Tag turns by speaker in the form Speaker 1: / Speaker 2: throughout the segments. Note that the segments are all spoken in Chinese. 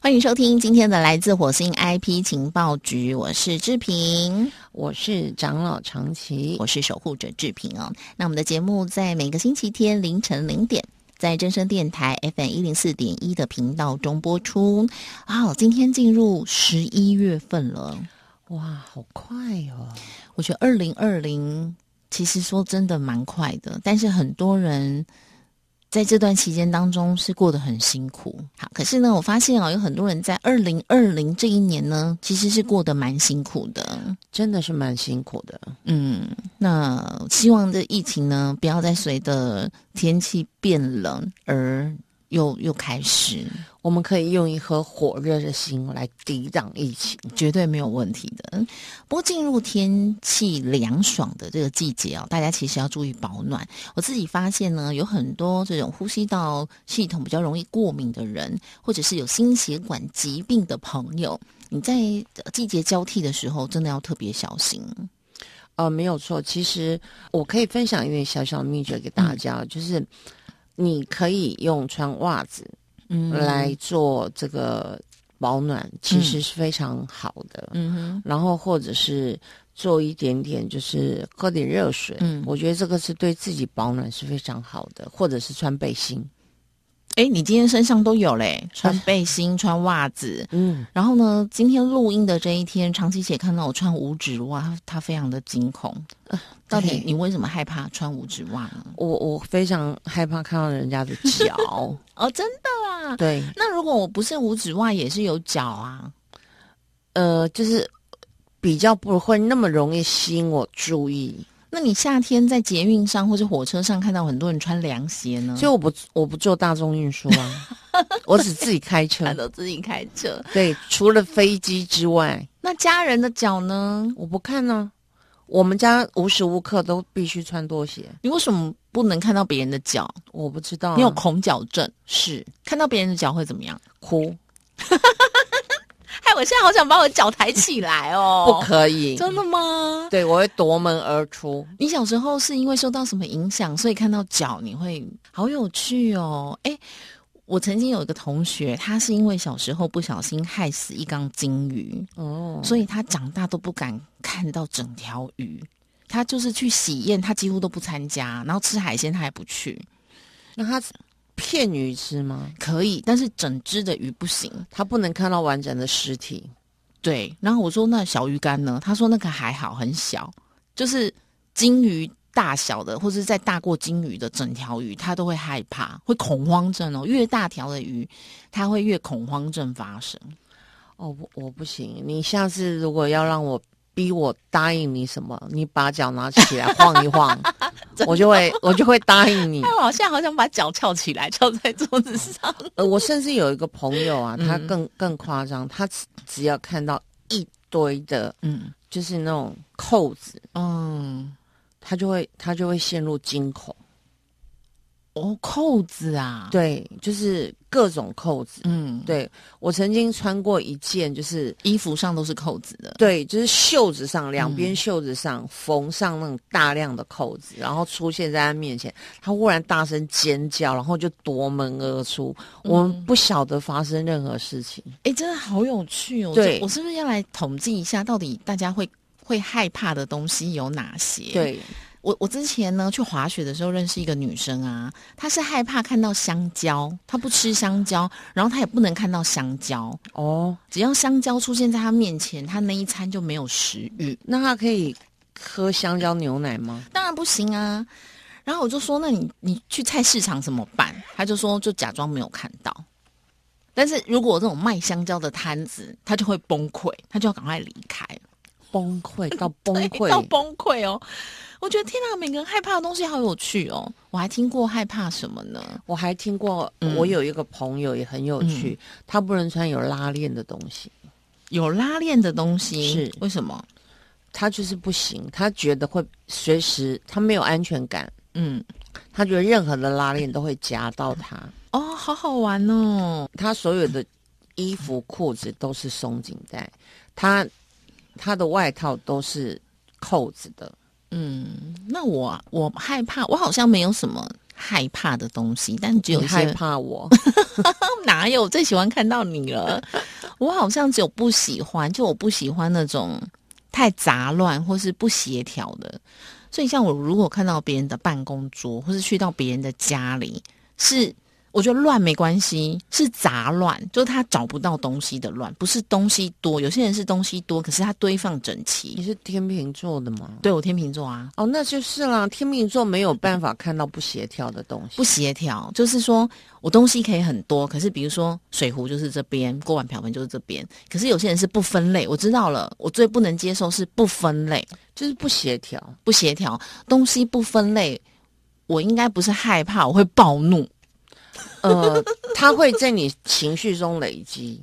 Speaker 1: 欢迎收听今天的来自火星 IP 情报局，我是志平，
Speaker 2: 我是长老长崎，
Speaker 1: 我是守护者志平哦。那我们的节目在每个星期天凌晨零点。在真声电台 FM 一零四点一的频道中播出。啊、哦，今天进入十一月份了，
Speaker 2: 哇，好快哦！
Speaker 1: 我觉得二零二零其实说真的蛮快的，但是很多人在这段期间当中是过得很辛苦。好，可是呢，我发现哦，有很多人在二零二零这一年呢，其实是过得蛮辛苦的，
Speaker 2: 真的是蛮辛苦的。
Speaker 1: 嗯，那希望这疫情呢，不要再随着天气变冷而又又开始。
Speaker 2: 我们可以用一颗火热的心来抵挡疫情，
Speaker 1: 绝对没有问题的。不过进入天气凉爽的这个季节哦，大家其实要注意保暖。我自己发现呢，有很多这种呼吸道系统比较容易过敏的人，或者是有心血管疾病的朋友，你在呃季节交替的时候，真的要特别小心。
Speaker 2: 呃，没有错。其实我可以分享一点小小秘诀给大家，就是你可以用穿袜子
Speaker 1: 嗯
Speaker 2: 来做这个保暖，其实是非常好的。
Speaker 1: 嗯哼，
Speaker 2: 然后或者是做一点点，就是喝点热水。
Speaker 1: 嗯
Speaker 2: 我觉得这个是对自己保暖是非常好的，或者是穿背心。
Speaker 1: 哎，你今天身上都有嘞，穿背心、穿袜子。
Speaker 2: 嗯，
Speaker 1: 然后呢，今天录音的这一天，长期姐看到我穿五指袜，她她非常的惊恐。到底
Speaker 2: 对
Speaker 1: 你为什么害怕穿五指袜呢？
Speaker 2: 我我非常害怕看到人家的 脚。
Speaker 1: 哦，真的啊。
Speaker 2: 对，
Speaker 1: 那如果我不是五指袜，也是有脚啊。
Speaker 2: 呃，就是比较不会那么容易吸引我注意，
Speaker 1: 那你夏天在捷运上或者火车上看到很多人穿凉鞋呢？
Speaker 2: 所以我不我不坐大众运输 啊，我只自己开车
Speaker 1: 他。都自己开车。
Speaker 2: 对，除了飞机之外，
Speaker 1: 那家人的脚呢？
Speaker 2: 我不看呢、我们家无时无刻都必须穿拖鞋，
Speaker 1: 你为什么不能看到别人的脚？
Speaker 2: 我不知道、啊
Speaker 1: 你有恐脚症，是看到别人的脚会怎么样？
Speaker 2: 哭？
Speaker 1: 害哎我现在好想把我脚抬起来哦！
Speaker 2: 不可以。
Speaker 1: 真的吗？
Speaker 2: 对，我会夺门而出。
Speaker 1: 你小时候是因为受到什么影响，所以看到脚你会好有趣哦？哎，我曾经有一个同学，他是因为小时候不小心害死一缸金鱼，
Speaker 2: 哦，
Speaker 1: 所以他长大都不敢看到整条鱼。他就是去喜宴，他几乎都不参加，然后吃海鲜他也不去。
Speaker 2: 那他骗鱼吃吗？
Speaker 1: 可以，但是整只的鱼不行。
Speaker 2: 他不能看到完整的尸体。
Speaker 1: 对，然后我说那小鱼干呢？他说那个还好，很小，就是金鱼大小的，或是再大过金鱼的整条鱼，它都会害怕，会恐慌症哦。越大条的鱼，它会越恐慌症发生。
Speaker 2: 哦，我我不行。你下次如果要让我逼我答应你什么，你把脚拿起来晃一晃，我就会我就会答应 你
Speaker 1: 哎，。我好像好想把脚翘起来，翘在桌子上。
Speaker 2: 呃，我甚至有一个朋友啊，他更更夸张，他只只要看到一堆的，
Speaker 1: 嗯
Speaker 2: 就是那种扣子，
Speaker 1: 嗯，
Speaker 2: 他就会他就会陷入惊恐。
Speaker 1: 哦，扣子啊，，
Speaker 2: 对，就是各种扣子。
Speaker 1: 嗯，对，
Speaker 2: 对我曾经穿过一件，就是
Speaker 1: 衣服上都是扣子的。
Speaker 2: 对，就是袖子上两
Speaker 1: 嗯
Speaker 2: 边袖子上缝上那种大量的扣子，然后出现在他面前，他忽然大声尖叫，然后就夺门而出。我
Speaker 1: 嗯
Speaker 2: 们不晓得发生任何事情，
Speaker 1: 哎，真的好有趣哦。
Speaker 2: 对
Speaker 1: 我是不是要来统计一下，到底大家会会害怕的东西有哪些？。
Speaker 2: 对，
Speaker 1: 我我之前呢去滑雪的时候认识一个女生啊，她是害怕看到香蕉，她不吃香蕉，然后她也不能看到香蕉，
Speaker 2: 哦，
Speaker 1: 只要香蕉出现在她面前，她那一餐就没有食欲，
Speaker 2: 那他可以喝香蕉牛奶吗？
Speaker 1: 当然不行啊。然后我就说，那你你去菜市场怎么办？她就说就假装没有看到。但是如果有这种卖香蕉的摊子，她就会崩溃，她就要赶快离开。
Speaker 2: 崩溃到崩
Speaker 1: 对到
Speaker 2: 溃，
Speaker 1: 崩溃哦！我觉得天啊哪，每个人害怕的东西好有趣哦。我还听过害怕什么呢？
Speaker 2: 我还听过，
Speaker 1: 嗯
Speaker 2: 我有一个朋友也很有趣，他不能穿有拉链的东西。
Speaker 1: 有拉链的东西
Speaker 2: 是
Speaker 1: 为什么？
Speaker 2: 他就是不行，他觉得会随时他没有安全感，
Speaker 1: 嗯，
Speaker 2: 他觉得任何的拉链都会夹到他，
Speaker 1: 哦，好好玩哦。
Speaker 2: 他所有的衣服裤子都是松紧带，他他的外套都是扣子的，
Speaker 1: 嗯，那我我害怕，我好像没有什么害怕的东西，但只有
Speaker 2: 你
Speaker 1: 一
Speaker 2: 害
Speaker 1: 些
Speaker 2: 怕我，
Speaker 1: 哪有？我最喜欢看到你了。我好像只有不喜欢，就我不喜欢那种太杂乱或是不协调的。所以，像我如果看到别人的办公桌，或是去到别人的家里，是我觉得乱没关系，是杂乱，就是他找不到东西的乱，不是东西多。有些人是东西多，可是他堆放整
Speaker 2: 你
Speaker 1: 齐。
Speaker 2: 是天秤座的吗？
Speaker 1: 对我天秤座啊，
Speaker 2: 哦，那就是啦，天秤座没有办法看到不协调的东西。
Speaker 1: 不协调，就是说我东西可以很多，可是比如说水壶就是这边，锅碗瓢盆就是这边，可是有些人是不分类，我知道了，我最不能接受是不分类、
Speaker 2: 就是不协调。
Speaker 1: 不协调，东西不分类，我应该不是害怕，我会暴怒，
Speaker 2: 呃，它会在你情绪中累积，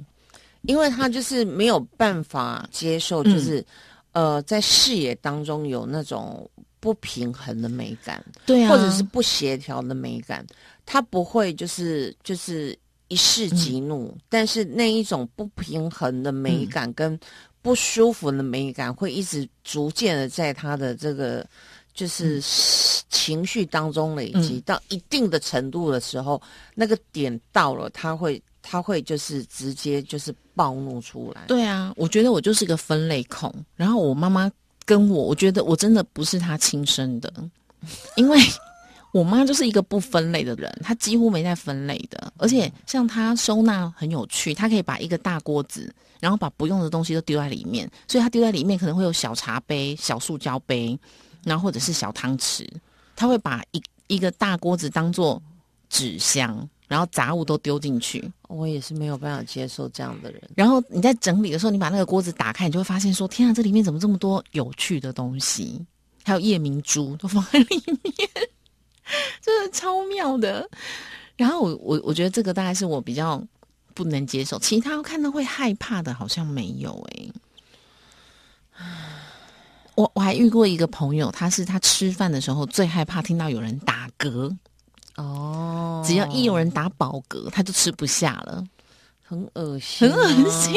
Speaker 2: 因为它就是没有办法接受，
Speaker 1: 嗯
Speaker 2: 就是、呃，在视野当中有那种不平衡的美感，
Speaker 1: 对啊
Speaker 2: 或者是不协调的美感，它不会就是就是一世激怒，
Speaker 1: 嗯
Speaker 2: 但是那一种不平衡的美感跟不舒服的美感，会一直逐渐的在他的这个就是
Speaker 1: 嗯
Speaker 2: 情绪当中累积、到一定的程度的时候，那个点到了，他会他会就是直接就是暴怒出来。
Speaker 1: 对啊，我觉得我就是个分类控。然后我妈妈跟我，我觉得我真的不是她亲生的，因为 我妈就是一个不分类的人，她几乎没在分类的。而且像她收纳很有趣，她可以把一个大锅子，然后把不用的东西都丢在里面，所以她丢在里面可能会有小茶杯、小塑胶杯，然后或者是小汤匙，她会把一一个大锅子当做纸箱，然后杂物都丢进去。
Speaker 2: 我也是没有办法接受这样的人。
Speaker 1: 然后你在整理的时候，你把那个锅子打开，你就会发现说：天啊，这里面怎么这么多有趣的东西？还有夜明珠都放在里面， 真的超妙的。然后我我我觉得这个大概是我比较不能接受，其他看到会害怕的，好像没有诶、我我还遇过一个朋友，他是他吃饭的时候最害怕听到有人打嗝，
Speaker 2: 哦
Speaker 1: 只要一有人打饱嗝，他就吃不下了。
Speaker 2: 很恶心、啊
Speaker 1: 很恶。心，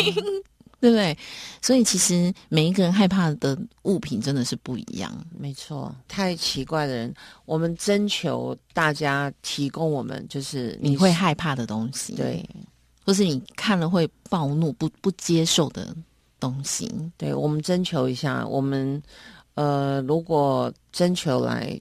Speaker 1: 对不对？所以其实每一个人害怕的物品真的是不一样。
Speaker 2: 没错，太奇怪的人，我们征求大家提供我们就是
Speaker 1: 你会害怕的东西，，
Speaker 2: 对
Speaker 1: 或是你看了会暴怒、不不接受的东西，
Speaker 2: 对，我们征求一下，我们呃，如果征求来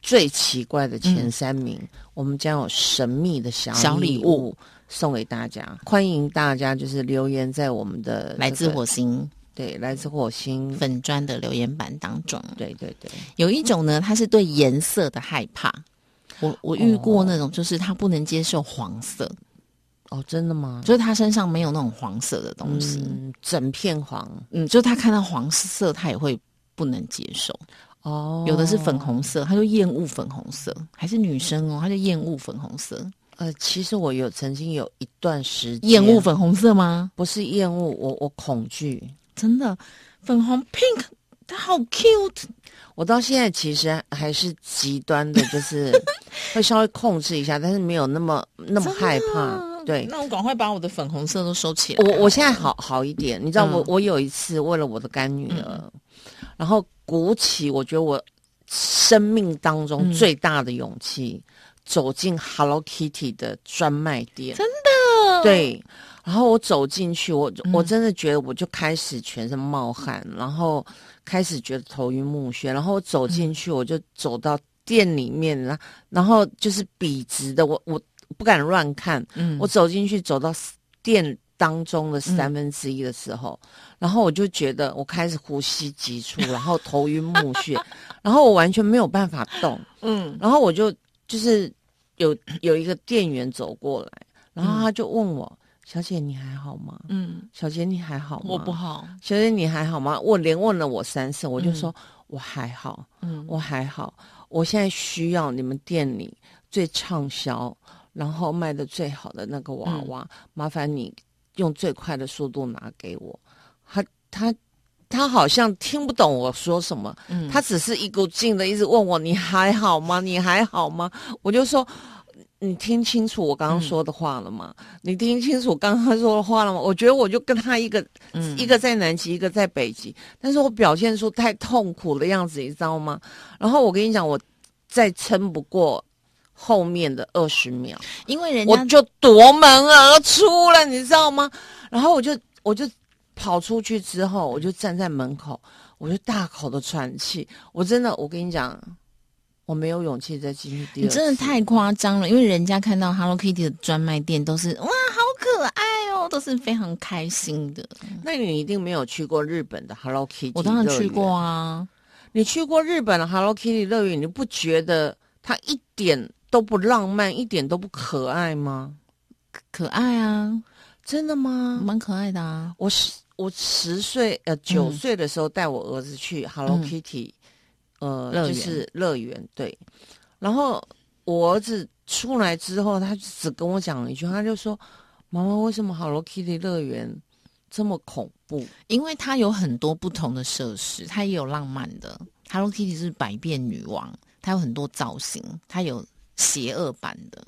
Speaker 2: 最奇怪的前三名，我们将有神秘的小
Speaker 1: 嗯小礼
Speaker 2: 礼
Speaker 1: 物
Speaker 2: 送给大家，欢迎大家就是留言在我们的、
Speaker 1: 来自
Speaker 2: 我
Speaker 1: 火星
Speaker 2: 对来自火星，
Speaker 1: 粉砖的留言板当中，
Speaker 2: 对对对，
Speaker 1: 有一种呢，它是对颜色的害怕。我我遇过那种，就是他不能接受黄色，
Speaker 2: 哦，真的吗？
Speaker 1: 就是他身上没有那种黄色的东西。嗯
Speaker 2: 嗯，整片黄
Speaker 1: 就是他看到黄色，他也会不能接受。
Speaker 2: 哦，
Speaker 1: 有的是粉红色，他就厌恶粉红色，还是女生哦，他就厌恶粉红色，
Speaker 2: 呃，其实我有曾经有一段时间
Speaker 1: 厌恶粉红色吗？
Speaker 2: 不是厌恶，我我恐惧。
Speaker 1: 真的，粉红 pink，它好 cute，
Speaker 2: 我到现在其实还是极端的，就是 会稍微控制一下，但是没有那么那么害怕。对
Speaker 1: 啊那我赶快把我的粉红色都收起来。
Speaker 2: 我，我现在好好一点。你知道
Speaker 1: 啊嗯
Speaker 2: 我，我有一次为了我的干女儿，然后鼓起我觉得我生命当中最大的勇气，走进 Hello Kitty 的专卖店。对，然后我走进去，我我真的觉得我就开始全身冒汗，然后开始觉得头晕目眩，然后我走进去，我就走到店里面，然后然后就是笔直的，我我不敢乱看，
Speaker 1: 嗯
Speaker 2: 我走进去走到店当中的三分之一的时候，然后我就觉得我开始呼吸急促， 然后头晕目眩， 然后我完全没有办法动，
Speaker 1: 嗯
Speaker 2: 然后我就就是有有一个店员走过来，然后他就问我：“小姐你还好吗？
Speaker 1: 嗯，
Speaker 2: 小姐你还好吗？
Speaker 1: 我不。好，
Speaker 2: 小姐你还好吗？”我连问了我三次，我就说：“我还好，
Speaker 1: 嗯
Speaker 2: 我还好，我现在需要你们店里最畅销，然后卖的最好的那个娃娃，麻烦你用最快的速度拿给我。他”他他好像听不懂我说什么，
Speaker 1: 嗯，
Speaker 2: 他只是一股劲的一直问我：“你还好吗？你还好吗？”我就说：“你听清楚我刚刚说的话了吗？你听清楚刚刚说的话了吗？”我觉得我就跟他一个、
Speaker 1: 嗯
Speaker 2: 一个在南极，一个在北极，但是我表现出太痛苦的样子，你知道吗？然后我跟你讲，我再撑不过后面的二十秒，
Speaker 1: 因为人
Speaker 2: 我
Speaker 1: 家
Speaker 2: 就夺门而出了，你知道吗？然后我就我就跑出去之后，我就站在门口，我就大口的喘气。我真的，我跟你讲，我没有勇气再进去第
Speaker 1: 你
Speaker 2: 二次。
Speaker 1: 真的太夸张了，因为人家看到 Hello Kitty 的专卖店都是哇，好可爱哦，都是非常开心的。
Speaker 2: 那你一定没有去过日本的 Hello Kitty，
Speaker 1: 我当然
Speaker 2: 乐
Speaker 1: 去
Speaker 2: 园
Speaker 1: 过啊，
Speaker 2: 你去过日本的 Hello Kitty 乐园，你不觉得它一点都不浪漫，一点都不可爱吗？
Speaker 1: 可爱啊，
Speaker 2: 真的吗？
Speaker 1: 蛮可爱的啊。
Speaker 2: 我十我十岁呃九岁的时候带我儿子去 Hello
Speaker 1: 嗯
Speaker 2: Kitty，、
Speaker 1: 乐
Speaker 2: 呃，
Speaker 1: 园
Speaker 2: 就是乐园对。然后我儿子出来之后，他就只跟我讲了一句，他就说：“妈妈，为什么 Hello Kitty 乐园这么恐怖
Speaker 1: 因为它有很多不同的设施，它也有浪漫的。Hello Kitty 是百变女王，它有很多造型，它有邪恶版的？”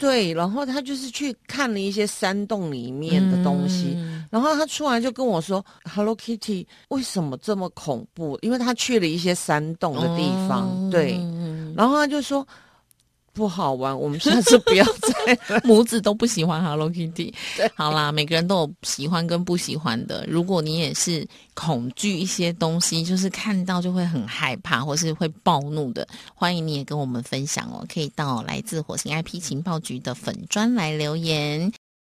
Speaker 2: 对，然后他就是去看了一些山洞里面的东西。
Speaker 1: 嗯
Speaker 2: 然后他出来就跟我说：“Hello Kitty 为什么这么恐怖？因为他去了一些山洞的地方，对。
Speaker 1: 嗯
Speaker 2: 然后他就说不好玩，我们下次不要再。
Speaker 1: 母子都不喜欢 Hello Kitty。好啦，每个人都有喜欢跟不喜欢的。如果你也是恐惧一些东西，就是看到就会很害怕，或是会暴怒的，欢迎你也跟我们分享哦。可以到来自火星 IP 情报局的粉砖来留言。